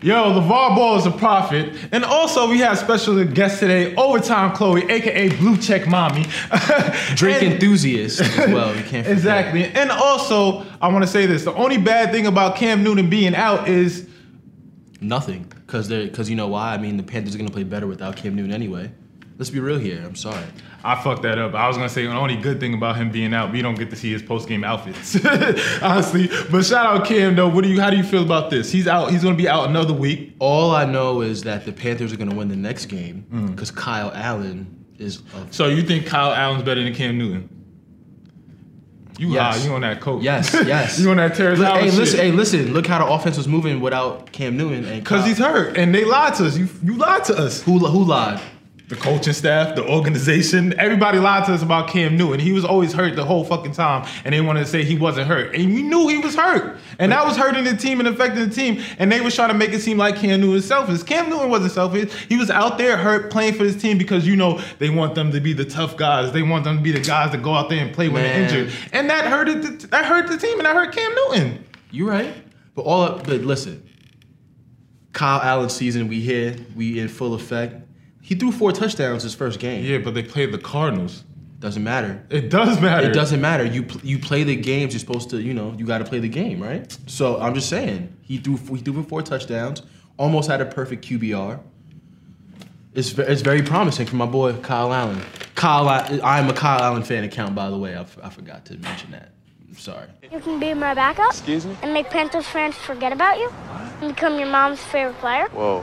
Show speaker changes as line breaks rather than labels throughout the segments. Yo, LeVar Ball is a prophet. And also, we have special guest today, Overtime Chloe, aka Blue Check Mommy.
Drink
And-
enthusiast as well. You can't forget.
Exactly. And also, I want to say this the only bad thing about Cam Newton being out is
Nothing, because they're because you know why? I mean, the Panthers are gonna play better without Cam Newton anyway. Let's be real here. I'm sorry.
I fucked that up. I was gonna say the only good thing about him being out, we don't get to see his post game outfits, honestly. But shout out Cam though. What do you? How do you feel about this? He's out. He's gonna be out another week.
All I know is that the Panthers are gonna win the next game
Mm.
because Kyle Allen is. A,
So you think Kyle Allen's better than Cam Newton? You
Yes.
high, You on that coach?
Yes, yes.
you on that Terrence
Look,
Howard
hey,
shit.
listen. Hey, listen. Look how the offense was moving without Cam Newton and
Cause
Kyle-
he's hurt, and they lied to us. You you lied to us.
who li- who lied.
The coaching staff, the organization, everybody lied to us about Cam Newton. He was always hurt the whole fucking time, and they wanted to say he wasn't hurt, and we knew he was hurt, and that was hurting the team and affecting the team. And they was trying to make it seem like Cam Newton was selfish. Cam Newton wasn't selfish. He was out there hurt playing for his team because you know they want them to be the tough guys. They want them to be the guys that go out there and play when
Man.
they're injured, and that hurted the, that hurt the team, and that hurt Cam Newton.
You right. But all but listen. Kyle Allen season, we here, we in full effect. He threw four touchdowns his first game.
Yeah, but they played the Cardinals.
Doesn't matter.
It does matter.
It doesn't matter. You pl- you play the games. You're supposed to. You know. You got to play the game, right? So I'm just saying. He threw f- he threw for four touchdowns. Almost had a perfect QBR. It's ve- it's very promising for my boy Kyle Allen. Kyle, I, I'm a Kyle Allen fan account, by the way. I, f- I forgot to mention that. I'm sorry.
You can be my backup.
Excuse me?
And make Panthers fans forget about you. And become your mom's favorite player.
Whoa.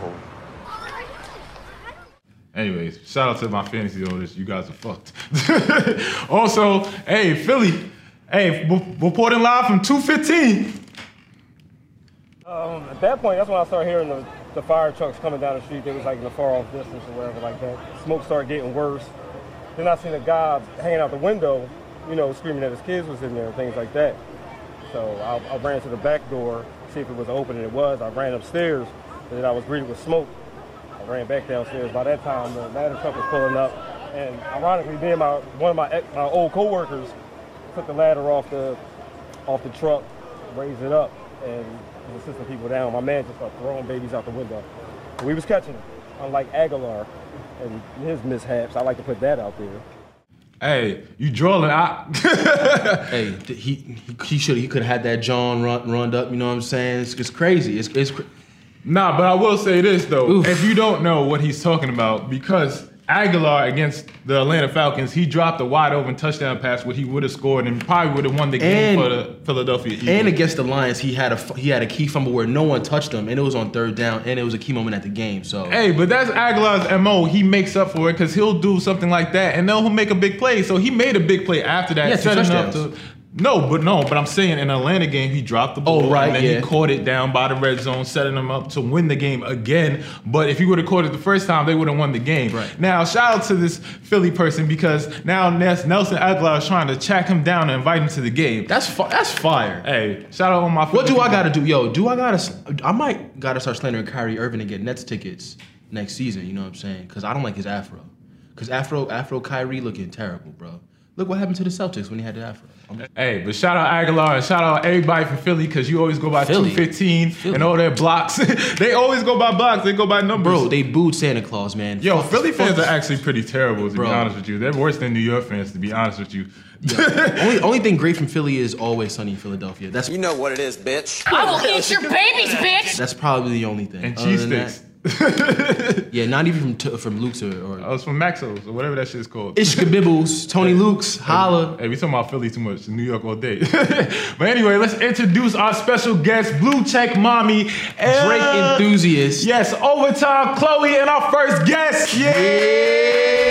Anyways, shout out to my fantasy owners. You guys are fucked. also, hey, Philly. Hey, w- reporting live from 215.
Um, at that point, that's when I started hearing the, the fire trucks coming down the street. They was like in the far off distance or whatever like that. Smoke started getting worse. Then I seen a guy hanging out the window, you know, screaming that his kids was in there and things like that. So I, I ran to the back door, see if it was open, and it was. I ran upstairs, and then I was greeted with smoke. I ran back downstairs. By that time, the ladder truck was pulling up, and ironically, me and my one of my ex, my old coworkers took the ladder off the off the truck, raised it up, and was assisting people down. My man just started throwing babies out the window. We was catching them, unlike Aguilar and his mishaps. I like to put that out there.
Hey, you drawing out.
Hey, th- he he- he should he could have had that John run runned up. You know what I'm saying? It's, it's crazy. It's it's. Cr-
nah, but I will say this though.
Oof.
If you don't know what he's talking about, because Aguilar against the Atlanta Falcons, he dropped a wide open touchdown pass what he would have scored and probably would have won the game
And-
for the Philadelphia Eagles.
And against the Lions, he had a f- he had a key fumble where no one touched him, and it was on third down, and it was a key moment at the game. So
Hey, but that's Aguilar's MO. He makes up for it because he'll do something like that and then he'll make a big play. So he made a big play after that.
He had two
setting
touchdowns. Oh,
no, but no, but I'm saying in Atlanta game, he dropped the ball.
right,
And then
yeah.
he caught it down by the red zone, setting them up to win the game again. But if he would have caught it the first time, they would have won the game.
Right.
Now, shout out to this Philly person because now Nes- Nelson Aguilar is trying to track him down and invite him to the game.
that's fi- that's fire.
Hey, shout out on my
What do I
got?
gotta do, yo? Do I gotta? s- I might gotta start slandering Kyrie Irving and get Nets tickets next season. You know what I'm saying? Because I don't like his afro. Because afro afro Kyrie looking terrible, bro. Look what happened to the Celtics when he had the afro. I'm-
Hey, but shout out Aguilar and shout out everybody from Philly because you always go by
Philly?
215 and all their blocks. they always go by blocks. They go by numbers.
bro, they booed Santa Claus, man.
Yo,
Fuck
Philly
this- fuck
fans are
this-
actually pretty terrible, to
Bro.
be honest with you. They're worse than New York fans, to be honest with you.
Yo, only only thing great from Philly is always sunny in Philadelphia. That's
You know what it is, bitch.
I will eat your babies, bitch!
that's probably the only thing.
And
Other
cheese
than that-
sticks.
yeah, not even from t- from Luke's or, or
I was Oh, from Maxos or whatever that shit is called.
Ishka Bibbles, Tony Luke's, holla.
Hey, we talking about Philly too much. New York all day. but anyway, let's introduce our special guest, Blue Check Mommy,
Drake
El-
enthusiast.
Yes, overtime, Chloe, and our first guest. Yeah.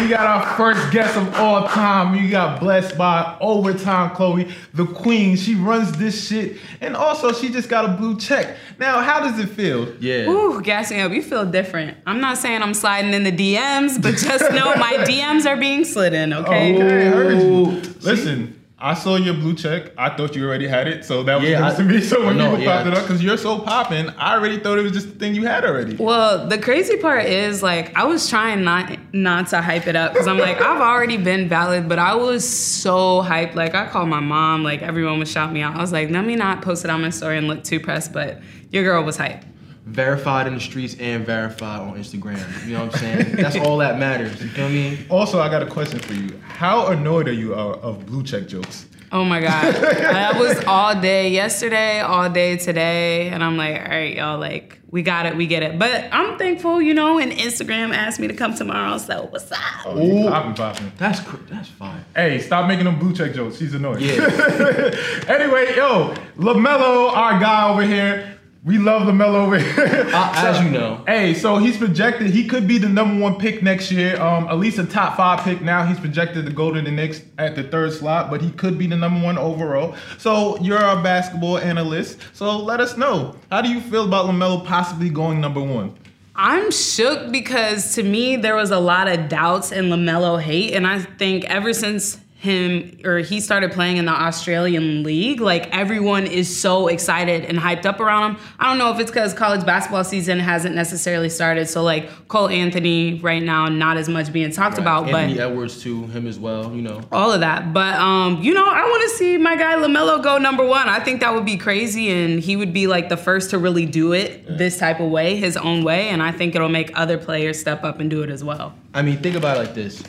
We got our first guest of all time. You got blessed by overtime, Chloe, the queen. She runs this shit, and also she just got a blue check. Now, how does it feel?
Yeah.
Ooh, gassing up. You feel different. I'm not saying I'm sliding in the DMs, but just know my DMs are being slid in, okay?
Okay, Oh, I heard you.
Ooh.
Listen, I saw your blue check. I thought you already had it, so that was
Yeah,
news
I-
to me. So when
no,
people
yeah.
popped it up, because you're so popping, I already thought it was just the thing you had already.
Well, the crazy part is like I was trying not not to hype it up because I'm like I've already been valid, but I was so hyped. Like I called my mom, like everyone was shouting me out. I was like, let me not post it on my story and look too pressed, but your girl was hype.
Verified in the streets and verified on Instagram. You know what I'm saying? That's all that matters. You feel me?
Also, I got a question for you. How annoyed are you uh, of blue check jokes?
Oh my god, that was all day yesterday, all day today, and I'm like, all right, y'all, like we got it, we get it. But I'm thankful, you know. And Instagram asked me to come tomorrow, so what's up?
Oh, you popping, popping.
That's cr- that's fine.
Hey, stop making them blue check jokes. She's annoyed.
Yeah.
anyway, yo, LaMelo, our guy over here. We love LaMelo over here.
I- Uh, as you know.
Hey, so he's projected, he could be the number one pick next year. Um, at least a top five pick now. He's projected to go to the Knicks at the third slot, but he could be the number one overall. So you're a basketball analyst. So let us know. How do you feel about LaMelo possibly going number one?
I'm shook because to me there was a lot of doubts and Lamelo hate, and I think ever since him or he started playing in the Australian league, like everyone is so excited and hyped up around him. I don't know if it's because college basketball season hasn't necessarily started, so like Cole Anthony right now not as much being talked about, but
Anthony Edwards too, him as well. You know.
all of that. But um, you know, I want to see my guy Lamelo go number one. I think that would be crazy, and he would be like the first to really do it this type of way, his own way. And I think it'll make other players step up and do it as well.
I mean, think about it like this.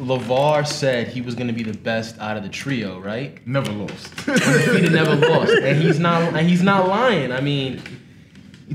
LeVar said he was gonna be the best out of the trio, right?
Never lost.
He never lost, and he's not. And he's not lying. I mean,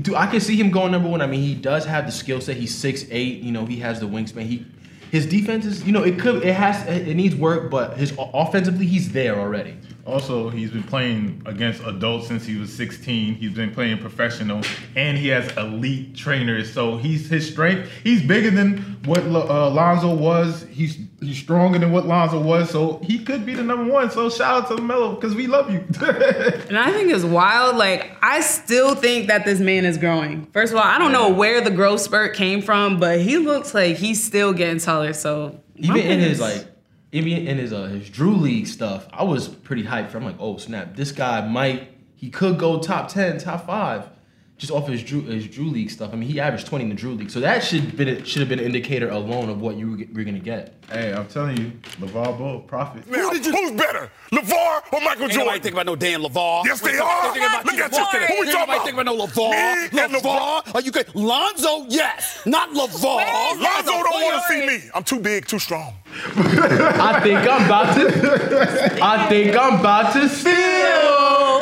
dude, I can see him going number one. I mean, he does have the skill set. He's six eight. You know, he has the wingspan. He, his defense is. You know, it could. It has. It needs work, but his offensively, he's there already.
Also, he's been playing against adults since he was 16. He's been playing professional, and he has elite trainers. So he's his strength. He's bigger than what Lo- uh, Lonzo was. He's he's stronger than what Lonzo was. So he could be the number one. So shout out to Melo because we love you.
And I think it's wild. Like, I still think that this man is growing. First of all, I don't know where the growth spurt came from, but he looks like he's still getting taller. So my
Even in his
goodness.
like, even in his uh, his Drew League stuff, I was pretty hyped. For, I'm like, oh snap, this guy might. He could go top ten, top five, just off his Drew his Drew League stuff. I mean, he averaged 20 in the Drew League, so that should been should have been an indicator alone of what you were, were gonna get.
hey, I'm telling you, LeVar Ball, profit.
Who did you, who's better, LeVar or Michael
Ain't nobody
Jordan?
think about no damn LeVar.
Yes,
What
they
the fuck
are.
they think about
Look
you?
at you.
Why?
Who we
Ain't
talking
nobody
about?
think about no
Me
LeVar.
and
LeVar? Are you kidding? Lonzo, yes. Not LeVar.
Lonzo don't want to see
me.
me. I'm too big, too strong.
I think I'm about to. I think I'm about to steal.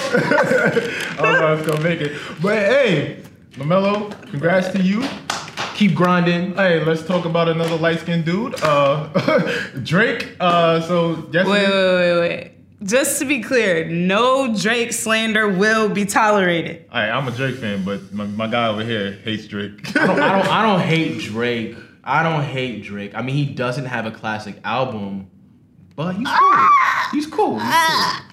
I don't know if it's gonna make it, but hey, Lamelo, congrats to you.
Keep grinding.
Hey, let's talk about another light skinned dude, uh, Drake. Uh, so yesterday.
Wait, wait, wait, wait. Just to be clear, no Drake slander will be tolerated.
All right, I'm a Drake fan, but my, my guy over here hates Drake.
I don't, I don't. I don't hate Drake. I don't hate Drake. I mean, he doesn't have a classic album, but he's cool. He's cool. He's cool.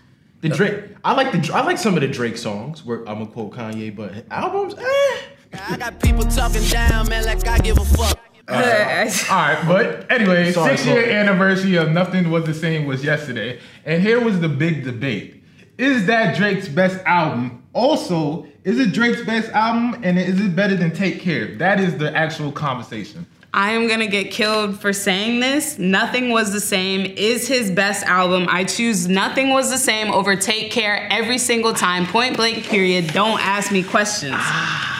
The Drake. I like the. I like some of the Drake songs. Where I'm gonna quote Kanye, but albums. Eh.
I got people talking down, man, like I give a fuck.
All right, but anyway,
Sorry,
six year
Chloe.
anniversary of Nothing Was the Same was yesterday, and here was the big debate: Is that Drake's best album? Also, is it Drake's best album, and is it better than Take Care? That is the actual conversation.
I am gonna get killed for saying this. Nothing was the same is his best album. I choose Nothing Was the Same over Take Care every single time, point blank, period. Don't ask me questions.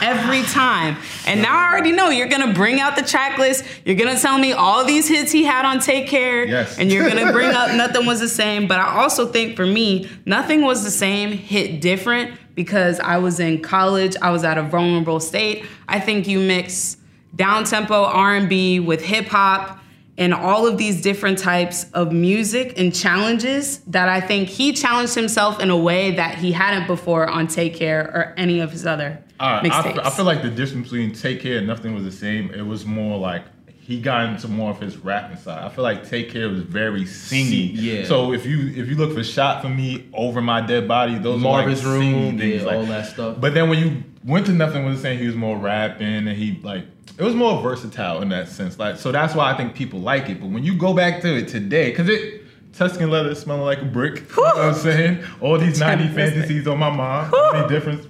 Every time. And now I already know you're gonna bring out the track list. You're gonna tell me all these hits he had on Take Care.
Yes.
And you're gonna bring up Nothing Was the Same. But I also think for me, Nothing Was the Same hit different because I was in college, I was at a vulnerable state. I think you mix down tempo R&B with hip hop and all of these different types of music and challenges that I think he challenged himself in a way that he hadn't before on Take Care or any of his other
All right, I,
mixtapes.
I feel like the difference between Take Care and Nothing Was the Same. It was more like he got into more of his rapping side. I feel like Take Care was very singy.
Yeah.
So if you if you look for Shot for Me, Over My Dead Body, those
Marvin's
are like singy
Room,
things,
yeah,
like-
all that stuff.
But then when you went to Nothing Was the Same, he was more rapping and he like it was more versatile in that sense. Like so that's why I think people like it. But when you go back to it today, because it Tuscan leather smelling like a brick. You know what I'm saying? All these 90 fantasies on my mind. Any difference?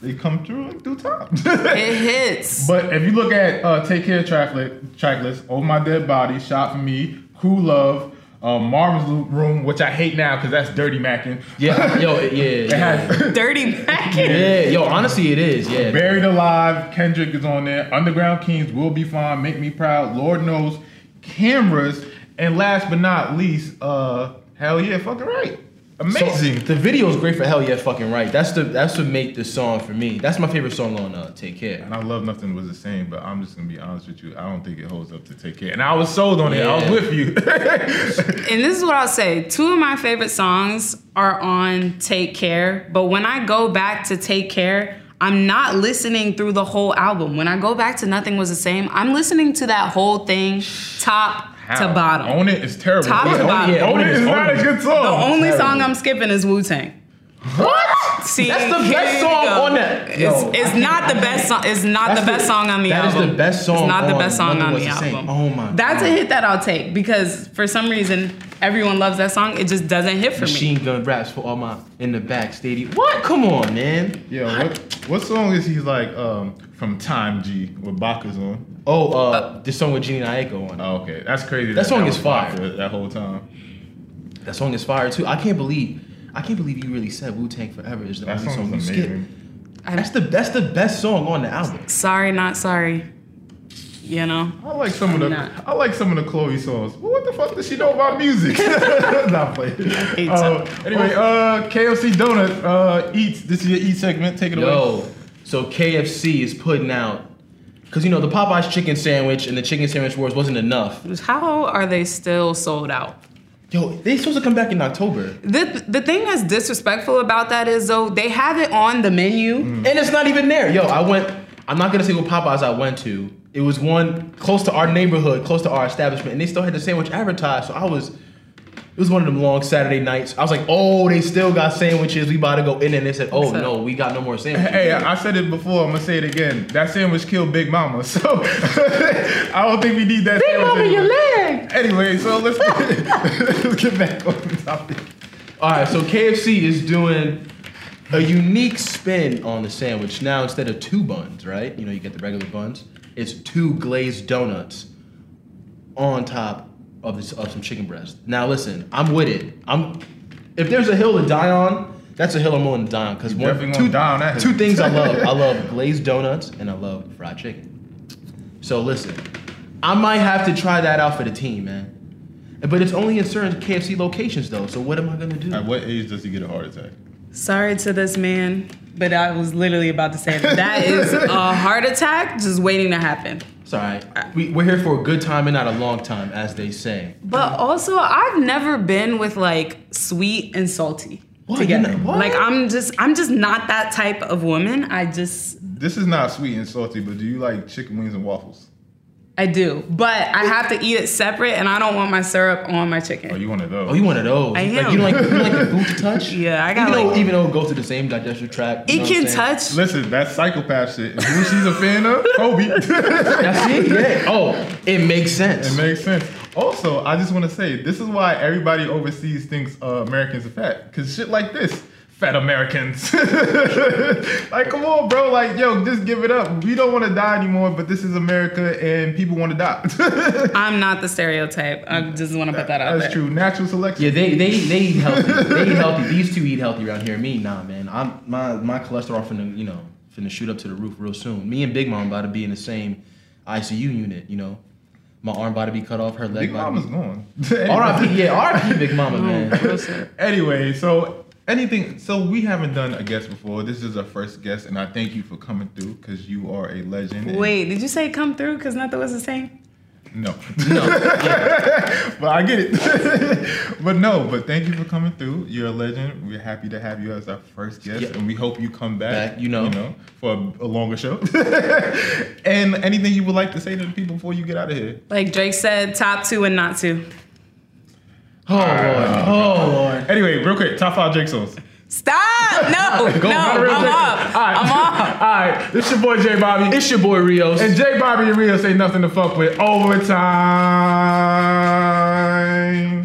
They come through in due time.
It hits.
But if you look at uh, Take Care tracklet, tracklist, Oh My Dead Body, Shot For Me, Cool Love, uh, Marvin's Lo- Room, which I hate now because that's dirty macking.
Yeah, yo, yeah, yeah,
has
Dirty Mac.
yeah, yo. Honestly, it is. Yeah,
Buried Alive, Kendrick is on there. Underground Kings, Will Be Fine, Make Me Proud, Lord Knows, Cameras, and last but not least, uh, Hell Yeah, Fucking Right.
So,
Amazing.
the video is great for hell yeah, fucking right. That's the that's what make the song for me. That's my favorite song on uh, Take Care.
and I love nothing was the same, but I'm just gonna be honest with you. I don't think it holds up to take care. And I was sold on it. I was
Yeah.
with you.
and this is what I'll say. Two of my favorite songs are on Take Care, but when I go back to Take Care, I'm not listening through the whole album. When I go back to Nothing Was the Same, I'm listening to that whole thing top to
How?
bottom.
Own it is terrible.
Top
But
to
Own It-
bottom.
yeah, Own it is
Own
not a
It.
good
the
song.
only song I'm skipping is Wu Tang.
What?
See,
That's the
here
best
you
song
go.
on that.
It's,
Yo,
it's
I
not the
can't-
best song. It's not
That's
the best song on the
that is
album.
the best song.
It's not the
on
best song
Nothing
on
Was
the
Same.
album.
Oh my.
That's a
God.
hit that I'll take because for some reason everyone loves that song. It just doesn't hit for me.
Machine gun raps for all my in the back stadium. What? Come on, man.
Yeah, what what song is he like um from Time G with Baka's on?
Oh, uh, this song with Gene Aiko
uh,
on it.
Oh, okay. That's crazy.
That song
was
is fire.
Baka That whole time.
That song is fire too. I can't believe, I can't believe you really said Wu Tang Forever is the
That
only
song
song you
is
skip.
amazing.
That's the that's the best song on the album.
Sorry, not sorry. You know,
I like some of the
not.
I like some of the Chloe songs. But what the fuck does she know about music? Not playing. Uh, anyway, uh KFC Donut uh eats. This is your eat segment. Take it away.
Yo, so KFC is putting out, cause you know the Popeyes chicken sandwich and the chicken sandwich wars wasn't enough.
how are they still sold out?
Yo, they supposed to come back in October,
The the thing that's disrespectful about that is though they have it on the menu.
and it's not even there. Yo, I went. I'm not gonna say what Popeyes I went to. It was one close to our neighborhood, close to our establishment, and they still had the sandwich advertised. So I was. It was one of them long Saturday nights. I was like, "Oh, they still got sandwiches. We about to go in." And they said, "Oh
up?
no, we got no more sandwiches."
Hey, I I said it before. I'm gonna say it again. That sandwich killed Big Mama, so I don't think we need that. Big sandwich anymore.
leg.
Anyway, so let's get, let's get back on the topic.
All right, so KFC is doing a unique spin on the sandwich now. Instead of two buns, right? You know, you get the regular buns. It's two glazed donuts on top of this of some chicken breast. Now, listen, I'm with it. I'm if there's a hill to die on, that's a hill I'm willing to die on because
definitely
one
gonna
two,
die on that
two
hill.
things I love. I love glazed donuts and I love fried chicken. So listen, I might have to try that out for the team, man. But it's only in certain KFC locations though. So what am I gonna do?
At what age does he get a heart attack?
Sorry to this man, but I was literally about to say that, that is a heart attack just waiting to happen.
It's all right. We, we're here for a good time and not a long time, as they say.
But also, I've never been with like sweet and salty
What?
together.
You know- what?
Like I'm just, I'm just not that type of woman. I just,
This is not sweet and salty, but do you like chicken wings and waffles?
I do, but I have to eat it separate, and I don't want my syrup on my chicken.
Are you one of those?
Oh, you one of those?
I
Like,
am.
you don't like you don't like the food to touch?
Yeah, I got
even though,
like-
even though it goes to the same digestive tract. you
it
know what
can
I'm saying?
touch.
Listen, that's psychopath shit. And Who she's a fan of? Kobe.
That's it. Yeah. Oh, it makes sense.
It makes sense. Also, I just want to say this is why everybody overseas thinks uh, Americans are fat because shit like this. Fat Americans. like, come on, bro. Like, yo, just give it up. We don't want to die anymore, but this is America and people want to die.
I'm not the stereotype. I just want to put that out
That's
there.
true. Natural selection.
yeah, they, they they eat healthy. they eat healthy. These two eat healthy around here. Me, nah, man. I'm my my cholesterol finna you know finna shoot up to the roof real soon. Me and Big Mom about to be in the same ICU unit. You know, my arm about to be cut off. Her leg.
Big
about to
Mama's
be-
gone.
R.I.P. Yeah, R.I.P. Big Mama, man.
anyway, so anything. So we haven't done a guest before. This is our first guest, and I thank you for coming through because you are a legend. and-
Wait, did you say come through? Cause nothing was the same.
No,
No,
but I get it. but no, but thank you for coming through. You're a legend. We're happy to have you as our first guest,
Yeah.
and we hope you come back.
Back, you know.
you know, for a, a longer show. and anything you would like to say to the people before you get out of here.
Like Drake said, top two and not two.
Oh lord. Oh lord.
Anyway, real quick, top five Drake songs.
Stop! No, no,
not real
I'm
quick.
off.
All right.
I'm off.
All right, this your boy J Bobby.
It's your boy Rios.
And J. Bobby and Rio say nothing to fuck with. Overtime.